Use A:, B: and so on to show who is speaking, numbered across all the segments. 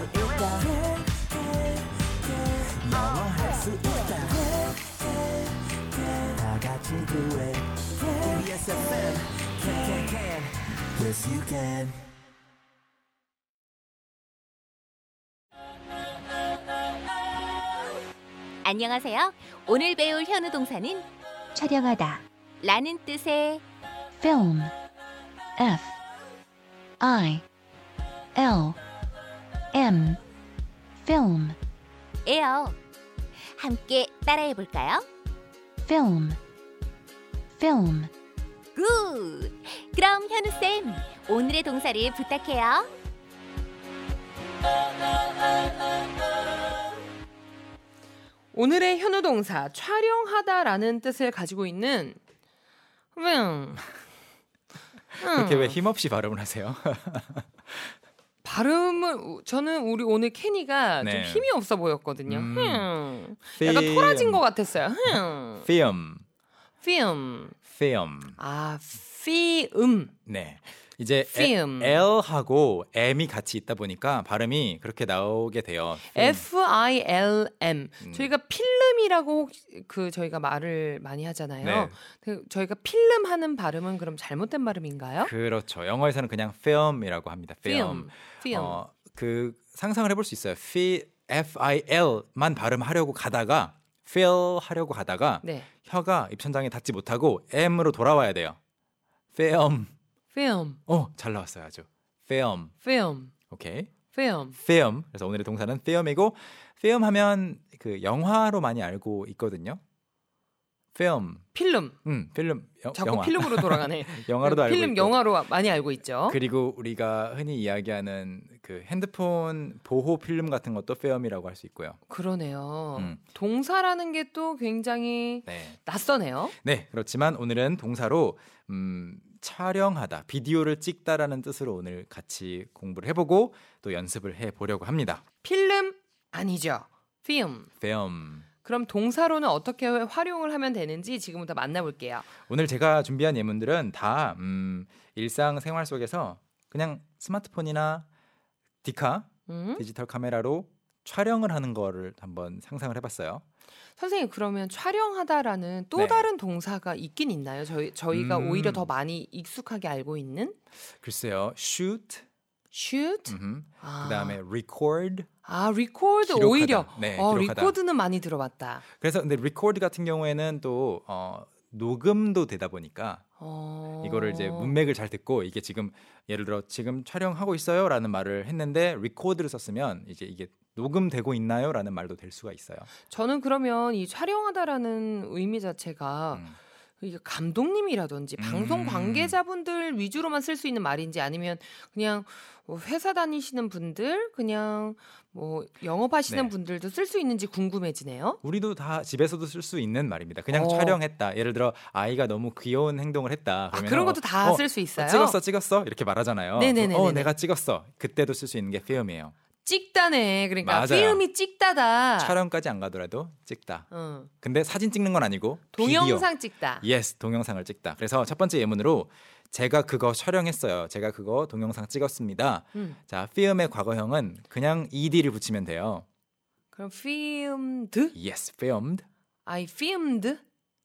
A: 있다 영화할 수 있다 다 같이 do it KBS FM can can can yes you can
B: 안녕하세요. 오늘 배울 현우 동사는
C: 촬영하다
B: 라는 뜻의
C: film F I L M film
B: 에요. 함께 따라해 볼까요?
C: film film
B: 굿! 그럼 현우쌤, 오늘의 동사를 부탁해요.
D: 오늘의 현우 동사 촬영하다라는 뜻을 가지고 있는 음.
E: 이렇게 왜 힘없이 발음을 하세요?
D: 발음을 저는 우리 오늘 케니가 좀
E: 네.
D: 힘이 없어 보였거든요.
E: 음.
D: 음. 약간 토라진 것 같았어요. 음.
E: film,
D: film
E: film.
D: 아 film
E: 네. 이제
D: film.
E: L 하고 M이 같이 있다 보니까 발음이 그렇게 나오게 돼요. film.
D: F I L M
E: 음.
D: 저희가 필름이라고 혹시- 그 저희가 말을 많이 하잖아요.
E: 네.
D: 그 저희가 필름 하는 발음은 그럼 잘못된 발음인가요?
E: 그렇죠. 영어에서는 그냥 film이라고 합니다. film.
D: film
E: 어, 그 상상을 해볼 수 있어요. Fi, F-I-L만 발음하려고 가다가 feel 하려고 가다가
D: 네
E: 혀가 입천장에 닿지 못하고 M으로 돌아와야 돼요. film.
D: film
E: 어, 잘 나왔어요, 아주. film.
D: film
E: 오케이.
D: film
E: film. 그래서 오늘의 동사는 film이고 film 하면 그 영화로 많이 알고 있거든요. film.
D: 필름
E: 음, 필름 여-
D: 자꾸
E: 영화.
D: 필름으로 돌아가네.
E: 영화로도 알고
D: 필름
E: 있고.
D: 영화로 많이 알고 있죠.
E: 그리고 우리가 흔히 이야기하는 그 핸드폰 보호 필름 같은 것도 film이라고 할 수 있고요.
D: 그, 러네요
E: 음.
D: 동사라는 게 또 굉장히
E: 네.
D: 낯서네요.
E: 네, 그렇지만 오늘은 동사로 음, 촬영하다, 비디오를 찍다라는 뜻으로 오늘 같이 공부를 해보고 또 연습을 해보려고 합니다.
D: 필름 아니죠. film
E: film.
D: 그럼 동사로는 어떻게 활용을 하면 되는지 지금부터 만나볼게요.
E: 오늘 제가 준비한 예문들은 다 음, 일상 생활 속에서 그냥 스마트폰이나 디카
D: 음?
E: 디지털 카메라로 촬영을 하는 거를 한번 상상을 해봤어요.
D: 선생님 그러면 촬영하다라는 또
E: 네.
D: 다른 동사가 있긴 있나요? 저희 저희가
E: 음.
D: 오히려 더 많이 익숙하게 알고 있는
E: 글쎄요, shoot,
D: shoot
E: 음,
D: 아.
E: 그다음에 record.
D: 아 record
E: 기록하다.
D: 오히려
E: 네,
D: 어
E: 기록하다.
D: record는 많이 들어봤다.
E: 그래서 근데 record 같은 경우에는 또 어, 녹음도 되다 보니까
D: 어...
E: 이거를 이제 문맥을 잘 듣고 이게 지금 예를 들어 지금 촬영하고 있어요라는 말을 했는데 record를 썼으면 이제 이게 녹음되고 있나요라는 말도 될 수가 있어요.
D: 저는 그러면 이 촬영하다라는 의미 자체가
E: 음.
D: 이게 감독님이라든지 방송
E: 음.
D: 관계자분들 위주로만 쓸 수 있는 말인지 아니면 그냥 뭐 회사 다니시는 분들 그냥 뭐 영업하시는
E: 네.
D: 분들도 쓸 수 있는지 궁금해지네요.
E: 우리도 다 집에서도 쓸 수 있는 말입니다. 그냥
D: 어.
E: 촬영했다. 예를 들어 아이가 너무 귀여운 행동을 했다.
D: 아,
E: 그러면
D: 그런 것도 다 쓸
E: 어,
D: 수 있어요.
E: 찍었어, 찍었어 이렇게 말하잖아요.
D: 네네네네네.
E: 어, 내가 찍었어. 그때도 쓸 수 있는 게 film이에요.
D: 찍다네. 그러니까
E: 맞아요.
D: 필름이 찍다다.
E: 촬영까지 안 가더라도 찍다.
D: 응.
E: 근데 사진 찍는 건 아니고
D: 동영상 찍다.
E: 비디오. 예스, 동영상을 찍다. 그래서 첫 번째 예문으로 제가 그거 촬영했어요. 제가 그거 동영상 찍었습니다.
D: 음.
E: 자, film의 과거형은 그냥 ed를 붙이면 돼요.
D: 그럼 filmed,
E: Yes, filmed.
D: I filmed,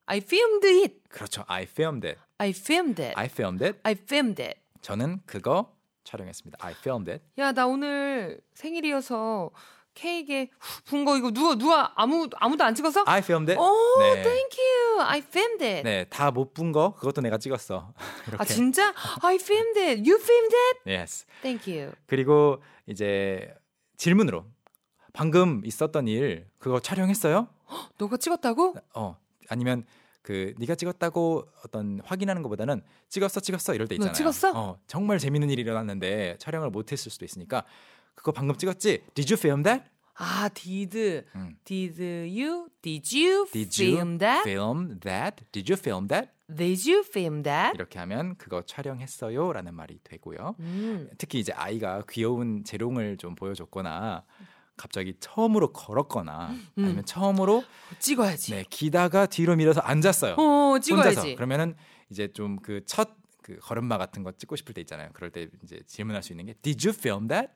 D: I filmed it,
E: 그렇죠. I filmed it.
D: I filmed it,
E: I filmed it.
D: I filmed it.
E: 저는 그거 촬영했습니다. I filmed it.
D: 야, 나 오늘 생일이어서 케이크에 분거 이거 누가 누가 아무 아무도 안 찍어서?
E: I filmed it.
D: 오,
E: 네.
D: thank you. I filmed it.
E: 네, 다 못 본 거 그것도 내가 찍었어. 이렇게.
D: 아, 진짜? I filmed it. You filmed it?
E: Yes.
D: Thank you.
E: 그리고 이제 질문으로 방금 있었던 일 그거 촬영했어요? 네.
D: 너가 찍었다고?
E: 어, 아니면 그 네가 찍었다고 어떤 확인하는 것보다는 찍었어 찍었어 이럴 때
D: 너
E: 있잖아요.
D: 찍었어?
E: 어, 정말 재밌는 일이 일어났는데 촬영을 못 했을 수도 있으니까 그거 방금 찍었지? Did you film that?
D: 아, did.
E: 음.
D: Did you? Did you
E: Did you 네.
D: film that?
E: film that? Did you film that?
D: Did you film that?
E: 이렇게 하면 그거 촬영했어요라는 말이 되고요.
D: 음.
E: 특히 이제 아이가 귀여운 재롱을 좀 보여줬거나 갑자기 처음으로 걸었거나
D: 음.
E: 아니면 처음으로
D: 찍어야지.
E: 네, 기다가 뒤로 밀어서 앉았어요.
D: 어,
E: 혼자서
D: 찍어야지.
E: 그러면은 이제 좀 그 첫 그 걸음마 같은 거 찍고 싶을 때 있잖아요. 그럴 때 이제 질문할 수 있는 게 Did you film that?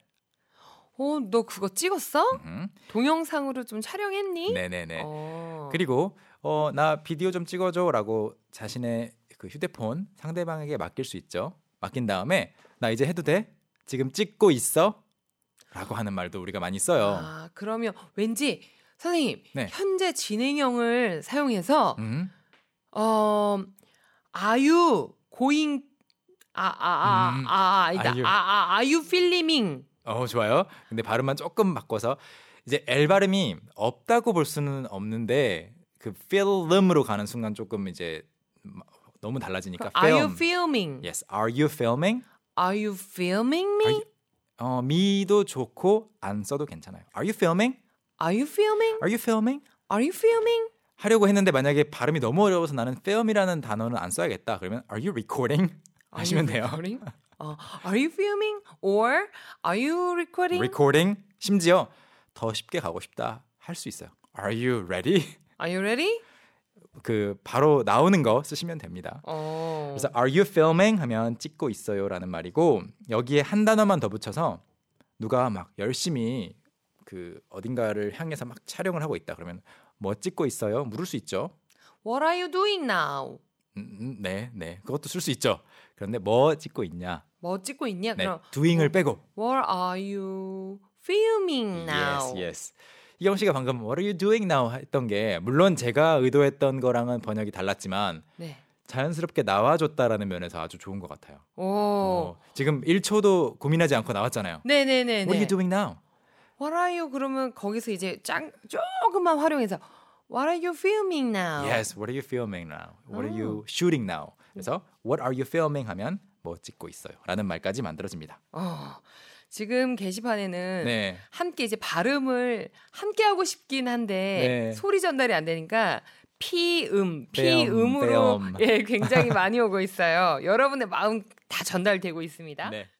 D: 어, 너 그거 찍었어?
E: 음,
D: 동영상으로 좀 촬영했니?
E: 네네네.
D: 어.
E: 그리고 어, 나 비디오 좀 찍어줘라고 자신의 그 휴대폰 상대방에게 맡길 수 있죠. 맡긴 다음에 나 이제 해도 돼? 지금 찍고 있어?라고 하는 말도 우리가 많이 써요.
D: 아, 그러면 왠지 선생님
E: 네.
D: 현재 진행형을 사용해서
E: 음,
D: 어 아유 고잉 아아아아
E: 음,
D: 아니다
E: are you-
D: 아아 아유 필리밍
E: 어 좋아요. 근데 발음만 조금 바꿔서 이제 L 발음이 없다고 볼 수는 없는데 그 film으로 가는 순간 조금 이제 너무 달라지니까
D: 그러니까 are you
E: 그러니까 film. 예.
D: filming
E: Yes, are you filming?
D: are you filming me
E: Are you- 어, 미도 좋고 안 써도 괜찮아요. Are you filming?
D: are you filming
E: Are you filming?
D: are you filming
E: 하려고 했는데 만약에 발음이 너무 어려워서 나는 film이라는 단어는 안 써야겠다. 그러면 are you recording?
D: Are
E: 하시면
D: you
E: 돼요.
D: recording? 어, are you filming or are you recording
E: recording 심지어 더 쉽게 가고 싶다 할 수 있어요. Are you ready?
D: are you ready
E: 그 바로 나오는 거 쓰시면 됩니다.
D: 어
E: 그래서 are you filming 하면 찍고 있어요라는 말이고 여기에 한 단어만 더 붙여서 누가 막 열심히 그 어딘가를 향해서 막 촬영을 하고 있다 그러면 뭐 찍고 있어요? 물을 수 있죠.
D: what are you doing now
E: 음, 음, 네, 네. 그것도 쓸 수 있죠. 그런데 뭐 찍고 있냐?
D: 뭐 찍고 있냐
E: 네.
D: 그럼
E: doing을 빼고
D: What are you filming now?
E: yes, yes. 이경 씨가 방금 what are you doing now 했던 게 물론 제가 의도했던 거랑은 번역이 달랐지만
D: 네.
E: 자연스럽게 나와줬다라는 면에서 아주 좋은 것 같아요.
D: 오.
E: 어, 지금 1초도 고민하지 않고 나왔잖아요.
D: 네네네.
E: What are you doing now?
D: What are you? 그러면 거기서 이제 짱 조금만 활용해서 What are you filming now?
E: Yes, what are you filming now? What are
D: 오.
E: you shooting now? 그래서 what are you filming 하면 뭐 찍고 있어요라는 말까지 만들어집니다.
D: 어, 지금 게시판에는
E: 네.
D: 함께 이제 발음을 함께 하고 싶긴 한데
E: 네.
D: 소리 전달이 안 되니까 피음,
E: 배음,
D: 피음으로
E: 배음.
D: 예, 굉장히 많이 오고 있어요. 여러분의 마음 다 전달되고 있습니다.
E: 네.